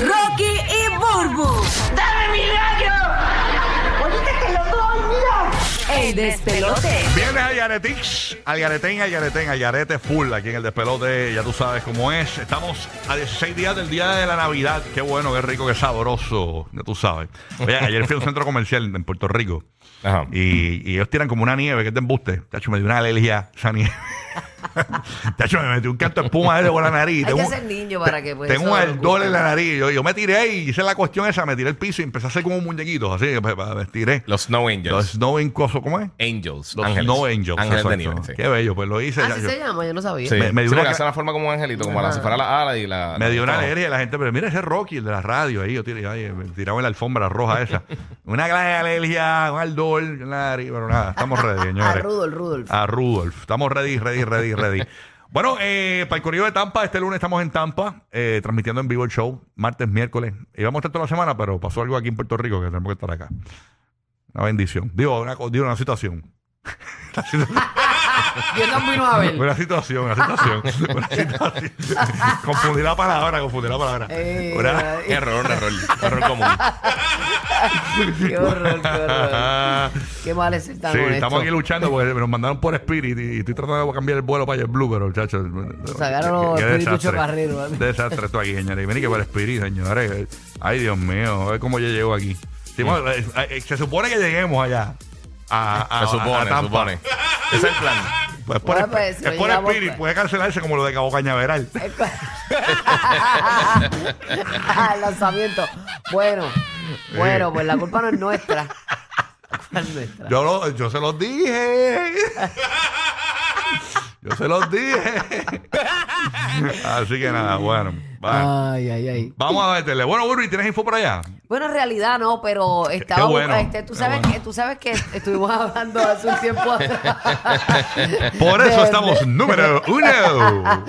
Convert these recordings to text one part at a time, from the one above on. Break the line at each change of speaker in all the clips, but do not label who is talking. Rocky y Burbu.
¡Dame mi gallo! ¡Ahorita te lo doy, mira!
El despelote.
Viernes Ayaretix, Ayaretén, Ayaretén, Ayarete full aquí en el despelote, ya tú sabes cómo es. Estamos a 16 días del día de la Navidad, qué bueno, qué rico, qué sabroso, ya tú sabes. Oye, ayer fui a un centro comercial en Puerto Rico
Ajá.
y, y ellos tiran como una nieve, que es de embuste. Tacho, me dio una alergia esa nieve. Tacho, me metí un canto de espuma desde por la nariz.
Hay que
Tengo-
ser niño para que pues,
tengo
eso
un
no
ardor
ocurra.
en la nariz. Yo, yo me tiré y hice la cuestión esa, me tiré el piso y empecé a hacer como un muñequito, así, me, me tiré.
Los Snow Angels.
Los Snow Incoso, ¿cómo es?
Angels.
Los
ángeles.
Snow Angels.
Ángeles de
exacto.
nieve, sí.
Qué bello, pues lo hice. ya
Así
yo-
se llama, yo no sabía.
Sí,
Me- me dio
sí,
una
porque
ca-
hace la forma como un angelito, como si fuera la ala y la...
Me dio una
todo.
alegría la gente, pero mira ese Rocky, el de la radio ahí, yo tiré, ay, me tiraba en la alfombra roja esa. una gran alergia, un ardor, una nariz, pero nada, estamos ready,
A
señores.
Ah, Rudolf, Rudolf.
A Rudolf. Estamos ready, ready, ready, ready. Bueno, eh, para el corrido de Tampa, este lunes estamos en Tampa, eh, transmitiendo en vivo el show, martes, miércoles. Íbamos a estar toda la semana, pero pasó algo aquí en Puerto Rico que tenemos que estar acá. Una bendición. Digo, una, co- digo, una situación. Una situación.
Yo también no a ver.
Una situación, una situación. Una situación. confundir la palabra, confundir la palabra.
Eh,
Una-
ay,
Error, error. error común.
qué horror, qué horror. Qué mal es ser tan
Sí,
honesto.
estamos aquí luchando porque nos mandaron por Spirit y estoy tratando de cambiar el vuelo para el Blue, pero chacho. eh,
sacaron los Spirit chocarreros, ¿vale?
Desastre esto aquí, señores. Y Miren que por Spirit, señores. eh, Ay, Dios mío, a ver cómo yo llego aquí. Sí, bueno, eh, eh, se supone que lleguemos allá. A, a-
Se
a- a
supone, se
Tampa.
supone. Ese es el plan.
Pues por,
Bueno,
Sp-
pues, si
es
no
por
llegamos,
Spirit,
pues.
puede cancelarse como lo de Cabo Cañaveral.
El lanzamiento. Bueno, bueno, pues la culpa no es nuestra. La culpa es nuestra.
Yo, lo- yo se los dije. yo se los dije. Así que nada, bueno. va.
Ay, ay, ay.
Vamos a meterle. Bueno, Burby, ¿tienes info por allá?
Bueno, en realidad no, pero estaba.
Qué bueno,
este, tú,
qué
sabes
bueno.
que, tú sabes que estuvimos hablando hace un tiempo atrás.
Por
De-
eso estamos número uno.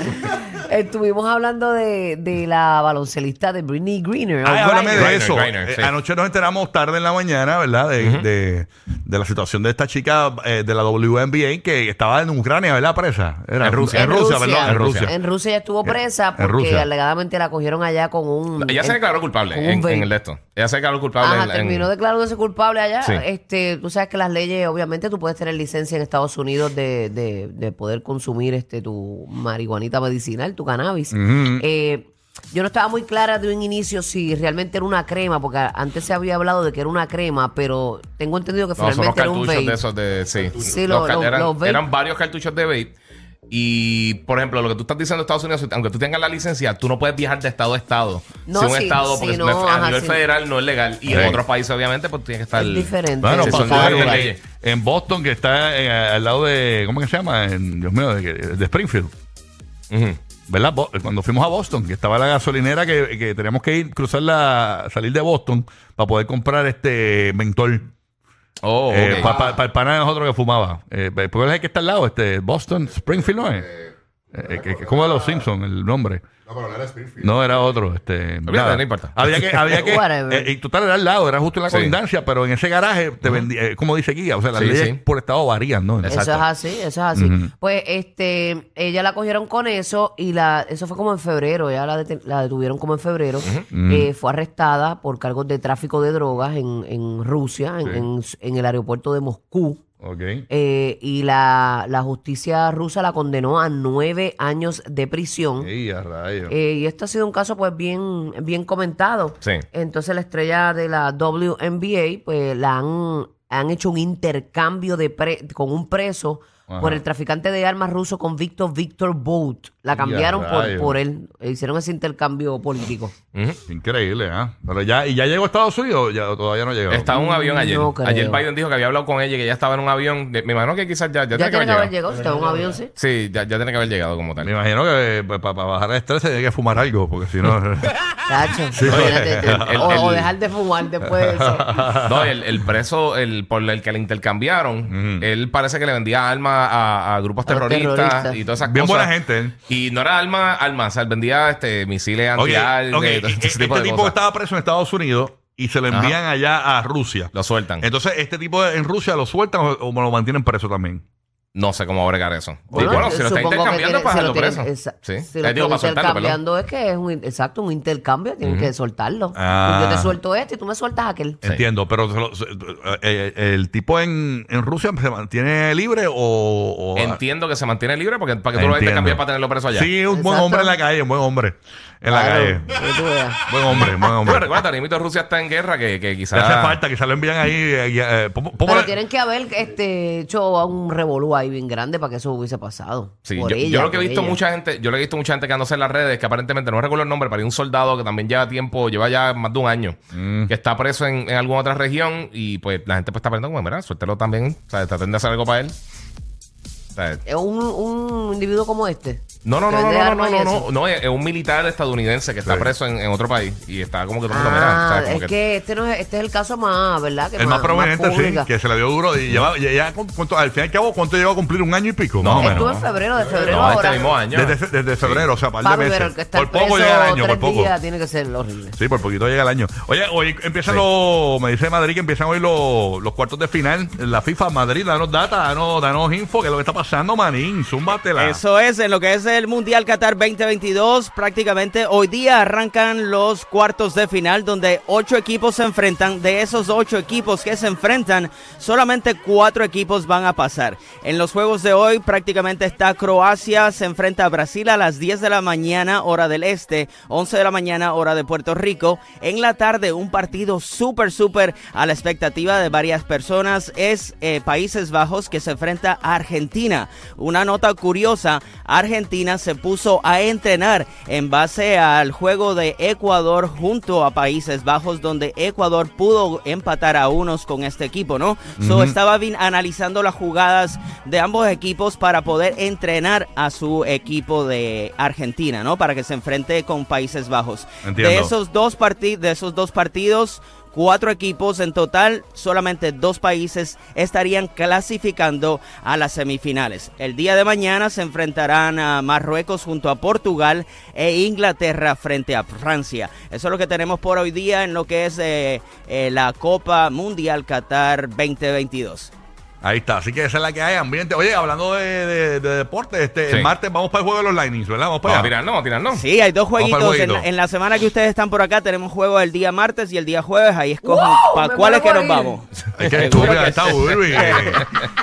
Estuvimos hablando de, de la baloncelista de Britney Greener.
Ay,
O'Reilly.
háblame de
Griner,
eso.
Griner,
Eh,
sí.
Anoche nos enteramos tarde en la mañana, ¿verdad? De, de- de la situación de esta chica eh, de la WNBA que estaba en Ucrania, ¿verdad? Presa. Era
En Rusia.
En Rusia, perdón. En Rusia.
En Rusia ella estuvo presa
en
porque
Rusia.
alegadamente la cogieron allá con un.
Ella se
en-
declaró culpable
con un
en,
vape.
en el de esto. Ella se declaró culpable
Ajá,
en, en-
terminó declarándose culpable allá.
Sí.
Este, tú sabes que las leyes, obviamente, tú puedes tener licencia en Estados Unidos de, de- de poder consumir este tu marihuanita medicinal, tu cannabis. Eh, yo no estaba muy clara de un inicio si realmente era una crema, porque antes se había hablado de que era una crema, pero tengo entendido que
No, son los
finalmente era un
cartuchos
vape.
de esos de... Sí,
Sí, los-
ca-
los-
eran,
los vape.
eran varios cartuchos de vape. Y, por ejemplo, lo que tú estás diciendo en Estados Unidos, aunque tú tengas la licencia, tú no puedes viajar de estado a estado.
No,
si un
sí,
estado,
sí,
porque
no,
no es-
ajá,
a nivel
sí.
federal no es legal. Y
Sí.
en otros países, obviamente, pues tienes que estar... pues,
Es diferente.
Bueno,
Sí,
Sí,
pasó
son
claro.
algo
diferentes
en,
leyes.
en Boston, que está eh, al lado de, ¿cómo que se llama? En, Dios mío, de, de Springfield.
Ujú.
¿Verdad? Bo- Cuando fuimos a Boston, que estaba la gasolinera que, que teníamos que ir, cruzar la, salir de Boston para poder comprar este mentol.
Oh, ok.
para el pana de nosotros que fumaba. Eh, ¿Por qué es el que está al lado? Este, Boston, Springfield, ¿no es? Eh, eh, que- que- como de los Simpsons, el nombre. No, pero no era Springfield. No, era otro. Este, nada.
no importa.
Había que. Había que
Whatever.
eh, y total, era al lado, era justo en la
Sí.
colindancia, pero en ese garaje, te vendía, eh, como dice Guía, o sea, las
Sí,
leyes
sí.
por estado varían, ¿no?
Eso es
Exacto.
así, eso es así. Pues este, ella la cogieron con eso y la, eso fue como en febrero, ya la, deten- la detuvieron como en febrero. Eh, fue arrestada por cargos de tráfico de drogas en, en Rusia, en, en- en el aeropuerto de Moscú.
Ok.
eh, y la, la justicia rusa la condenó a nueve años de prisión.
Ey, a rayos.
Eh, y este ha sido un caso pues bien, bien comentado.
Sí.
Entonces la estrella de la WNBA pues la han, han hecho un intercambio de pre- con un preso
Ajá.
por el traficante de armas ruso convicto Víctor Bout. La cambiaron por,
rayos.
por él. Eh, Hicieron ese intercambio político.
Increíble, ¿ah? Pero ya, ¿y ya llegó a Estados Unidos o ya, o todavía no llegó?
Estaba en un avión ayer.
Mm, No creo.
ayer Biden dijo que había hablado con ella, que ella estaba en un avión. De- Me imagino que quizás ya, ya,
Ya tiene que haber
llegado.
llegado, si está en un avión, sí.
Sí, ya, ya tiene que haber llegado como
Me
tal.
imagino que eh, para bajar el estrés se tiene que fumar algo, porque si no.
Cacho, imagínate, te-
el-
o,
el-
o dejar de fumar después de eso.
No, el, el preso el, por el que le intercambiaron, él parece que le vendía armas a, a grupos
A los
terroristas,
terroristas.
y todas esas
Bien
cosas.
buena gente, ¿eh?
Y no era armas, armas, o sea, él vendía este, misiles
Oye,
antiaéreos,
oye,
todo
e-
ese
este
tipo
tipo,
de cosas.
estaba preso en Estados Unidos y se lo
Ajá.
envían allá a Rusia.
Lo sueltan.
Entonces, este tipo en Rusia lo sueltan o, o lo mantienen preso también.
No sé cómo bregar eso.
Bueno, eh,
Bueno, si lo está
supongo que
intercambiando,
tiene-
pues para
se lo
dejarlo
tiene-
preso.
exa-
Sí.
Si lo
Eh, digo,
están
para soltarlo, perdón.
intercambiando es que es un, exacto, un intercambio, tienen que soltarlo.
Ah.
Yo te suelto este y tú me sueltas aquel.
Sí.
Entiendo, pero se lo- se- eh, eh, el tipo en, en Rusia se mantiene libre o. o-
Entiendo que se mantiene libre porque para que tú lo
Entiendo.
intercambies para tenerlo preso allá.
Sí, un buen
Exacto.
hombre en la calle, un buen hombre. En la
Claro,
calle.
para que tú veas.
Buen hombre, buen
Pero
hombre.
recuerda, ahora mismo Rusia está en guerra que, que
Le
quizás...
hace falta, quizás lo envían ahí. eh, eh, eh, ¿cómo- cómo
Pero
le-
tienen que haber este, hecho a un revolú ahí bien grande para que eso hubiese pasado.
Sí,
Por
yo,
ella,
yo lo que he
por
visto
ella.
mucha gente, yo lo que he visto mucha gente quedándose en las redes, que aparentemente no recuerdo el nombre, pero hay un soldado que también lleva tiempo, lleva ya más de un año,
Mm.
que está preso en, en alguna otra región y pues la gente pues está pensando, como, mira, suéltelo también, o sea, traten de hacer algo para él. O sea,
Es un, un individuo como este.
no, no,
que
no, no,
vende
no,
armas
no,
y
no,
eso.
no, no, es, es un militar estadounidense que está
Sí.
preso en, en otro país y está como que todo el mundo, mira, o
Ah,
sea, como
es que este, no es, este es el caso más, ¿verdad? Que
El más prominente, sí,
pública.
que se le dio duro. Y lleva, ya, ya con- cuánto- al fin y al cabo, ¿cuánto llegó a cumplir? ¿Un año y pico?
No,
más o
Estuvo
menos.
en febrero, de febrero
no,
ahora.
este mismo año.
Desde, desde febrero, o sea, par de
Papi,
meses.
pero el que está
por poco
preso
llega el año, por
tres
poco.
días tiene que ser horrible.
Sí, por poquito llega el año. Oye, hoy empiezan los. Me dice Madrid que empiezan hoy los, los cuartos de final. La FIFA Madrid, danos data, danos, danos info, que es lo que está pasando, manín. Zúmbatela.
Eso es, en lo que es el Mundial Qatar 2022, prácticamente hoy día arrancan los cuartos de final donde ocho equipos se enfrentan. De esos ocho equipos que se enfrentan, solamente cuatro equipos van a pasar. En los juegos de hoy prácticamente está Croacia, se enfrenta a Brasil a las 10 de la mañana, hora del este, 11 de la mañana, hora de Puerto Rico. En la tarde, un partido súper, súper a la expectativa de varias personas es eh, Países Bajos que se enfrenta a Argentina. Una nota curiosa, Argentina se puso a entrenar en base al juego de Ecuador junto a Países Bajos, donde Ecuador pudo empatar a unos con este equipo, ¿no? So, estaba bien analizando las jugadas de ambos equipos para poder entrenar a su equipo de Argentina, ¿no? Para que se enfrente con Países Bajos. De
Entiendo.
esos esos dos parti- de esos dos partidos, cuatro equipos en total, solamente dos países estarían clasificando a las semifinales. El día de mañana se enfrentarán a Marruecos junto a Portugal e Inglaterra frente a Francia. Eso es lo que tenemos por hoy día en lo que es eh, eh, la Copa Mundial Qatar 2022.
Ahí está, así que esa es la que hay, ambiente. Oye, hablando de, de, de deporte, este,
Sí.
el martes vamos para el juego de los Lightnings, ¿verdad? Vamos para
Vamos a
allá.
tirarnos, vamos a tirarnos.
Sí, hay dos
Vamos pa'l
jueguitos. En
jueguito.
la, en la semana que ustedes están por acá tenemos juego el día martes y el día jueves. Ahí escojan
¡Wow!
para
Me
cuáles que
muero
nos
por ir.
vamos.
Es que
Seguro
estúpida
que
está,
sí.
Urbi.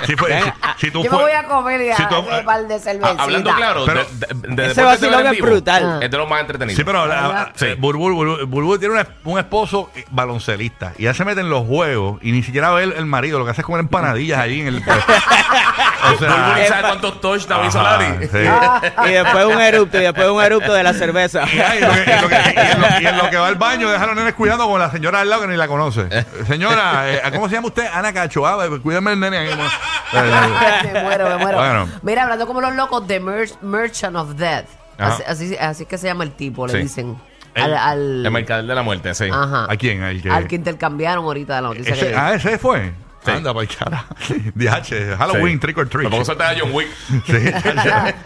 Si fue- si- si tú
Yo me
fue-
voy a comer y
si
a eh,
tú-
un par de
Ah,
cervecitas.
hablando claro,
Pero-
de, de- de
Ese
deportes de
este
ver
vacilón
en
es
vivo,
brutal.
Es de los más entretenidos.
Sí, pero la- la-
Sí.
eh, Bulbul, Bulbul- Bulbul tiene una- un esposo eh, baloncelista y ya se mete en los juegos y ni siquiera ve el, el marido, lo que hace es comer empanadillas ahí en el. o
Bulbul,
sea,
¿sabes cuántos touchdowns hizo
ajá,
Larry?
sí.
Ah.
y después un erupto, y después un erupto de la cerveza.
Y, ahí, lo que- y lo que- y en lo- y en lo que va al baño, deja a los nenes cuidando con la señora al lado que ni la conoce. Señora, eh, ¿cómo se llama usted? Ana Cacho. Ah, cuídame el nene. ahí, mo-
Ay, me muero, me muero.
Bueno.
Mira, hablando como los locos de Mer- Merchant of Death.
Ajá.
Así, así, así es que se llama el tipo, le
Sí.
dicen.
El-
Al, al-
El mercader de la muerte, sí.
ajá.
¿A quién? ¿Al que-
Al que intercambiaron ahorita la noticia que
Ese-
leí.
ah, ese fue.
Sí.
Anda, para cara. DH, Halloween,
Sí.
trick or treat.
Me pongo a soltar a John Wick.
Sí.
A Jeffrey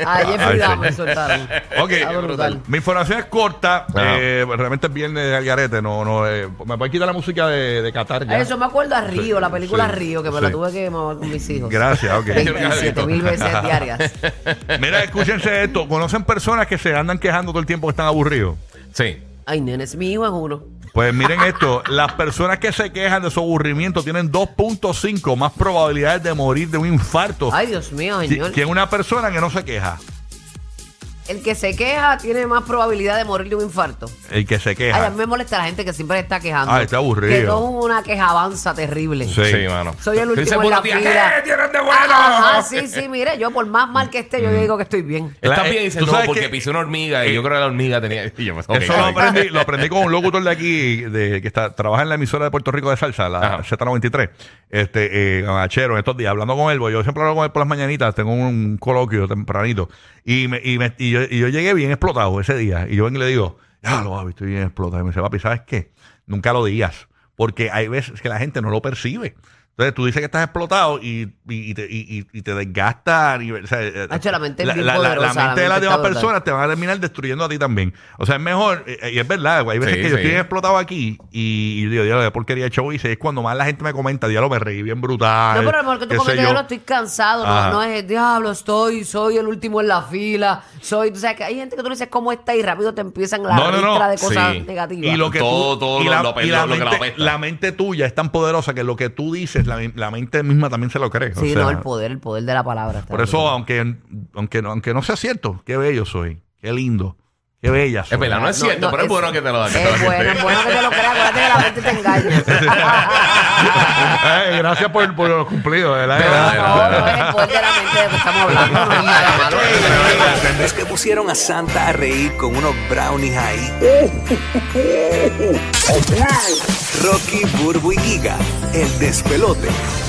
Ah, Ay, sí.
Dahmer soltaron.
Ok,
Está Eh, brutal.
mi información es corta.
Ajá.
Eh, realmente es viernes de Algarete. No, no, eh, me voy a quitar la música de, de Qatar ya.
Ay, Eso me acuerdo a Río,
Sí,
la película
sí,
Río, que me
sí.
la tuve que mamar con mis hijos.
Gracias, ok.
27 mil veces diarias.
Mira, escúchense esto. ¿Conocen personas que se andan quejando todo el tiempo que están aburridos?
Sí.
Ay, nenes, mi hijo es uno.
Pues miren esto, las personas que se quejan de su aburrimiento tienen 2.5 más probabilidades de morir de un infarto
Ay, Dios mío,
que
señor.
que una persona que no se queja.
El que se queja tiene más probabilidad de morir de un infarto.
El que se
Ay, a
queja.
mí me molesta la gente que siempre está quejando.
Ay, está aburrido.
Que todo es una queja avanza terrible.
Sí.
Sí, mano.
Soy el
Dice,
último en
"Buenos
la
días,
fila.
"Eh,
¿qué tienen de bueno?
Ajá, sí, sí, mire, yo por más mal que esté, yo
Mm.
digo que estoy bien.
Está
La- eh,
bien, dice,
¿tú
no,
sabes
porque
que-
pisé una hormiga y
Eh,
yo creo que la hormiga tenía. y yo, pues, ok,
Eso lo
está bien.
aprendí, lo aprendí con un locutor de aquí de, que está, trabaja en la emisora de Puerto Rico de salsa, la
Ajá.
Z93. Este, eh, con Achero, en estos días, hablando con él, porque yo siempre hablo con él por las mañanitas, tengo un coloquio tempranito. Y, me- y, me- y yo, y yo llegué bien explotado ese día. Y yo vengo y le digo, ya lo papi, estoy bien explotado. Y me dice, papi, ¿sabes qué? Nunca lo digas. Porque hay veces que la gente no lo percibe. Entonces tú dices que estás explotado y, y, y te, y- y- y te desgasta. a nivel- o sea, eh,
Hacho, la mente es bien
la- la
poderosa, la
mente de
mente
las
está
demás
brutal.
personas te van a terminar destruyendo a ti también. O sea, es mejor, eh, eh, y es verdad, güey, hay veces
Sí,
que yo
sí.
estoy explotado aquí y, y yo digo, diablo, qué porquería de show hice. Es cuando más la gente me comenta, diablo, me reí bien brutal.
No, pero a lo mejor que
qué
tú
sé
comentas,
yo.
yo no estoy cansado,
Ajá.
no, no es diablo, estoy, soy el último en la fila, soy, tú sabes que hay gente que tú le dices cómo está y rápido te empiezan la
No, no, no.
ristra de cosas
Sí.
negativas.
Y lo que
Todo,
tú,
todo
y
lo-
la,
lo-
y la
lo que la
mente,
apesta.
la mente tuya es tan poderosa que lo que tú dices, la, la mente misma también se lo cree. O
Sí,
sea,
no, el poder, el poder de la palabra. está
Por eso,
brutal.
aunque, aunque, no- aunque no sea cierto, qué bello soy, qué lindo, qué bella soy.
Es verdad, no es cierto, pero es bueno que te lo hagas.
Es bueno, es bueno que te lo creas, acuérdate que la gente te engaña.
Ay, gracias por, por los cumplidos, de verdad.
No,
Pero-
no, no es el poder de la mente de que estamos hablando, no es nada malo.
Los que pusieron a Santa a reír con unos brownies ahí. Rocky, Burbu y Giga, el despelote.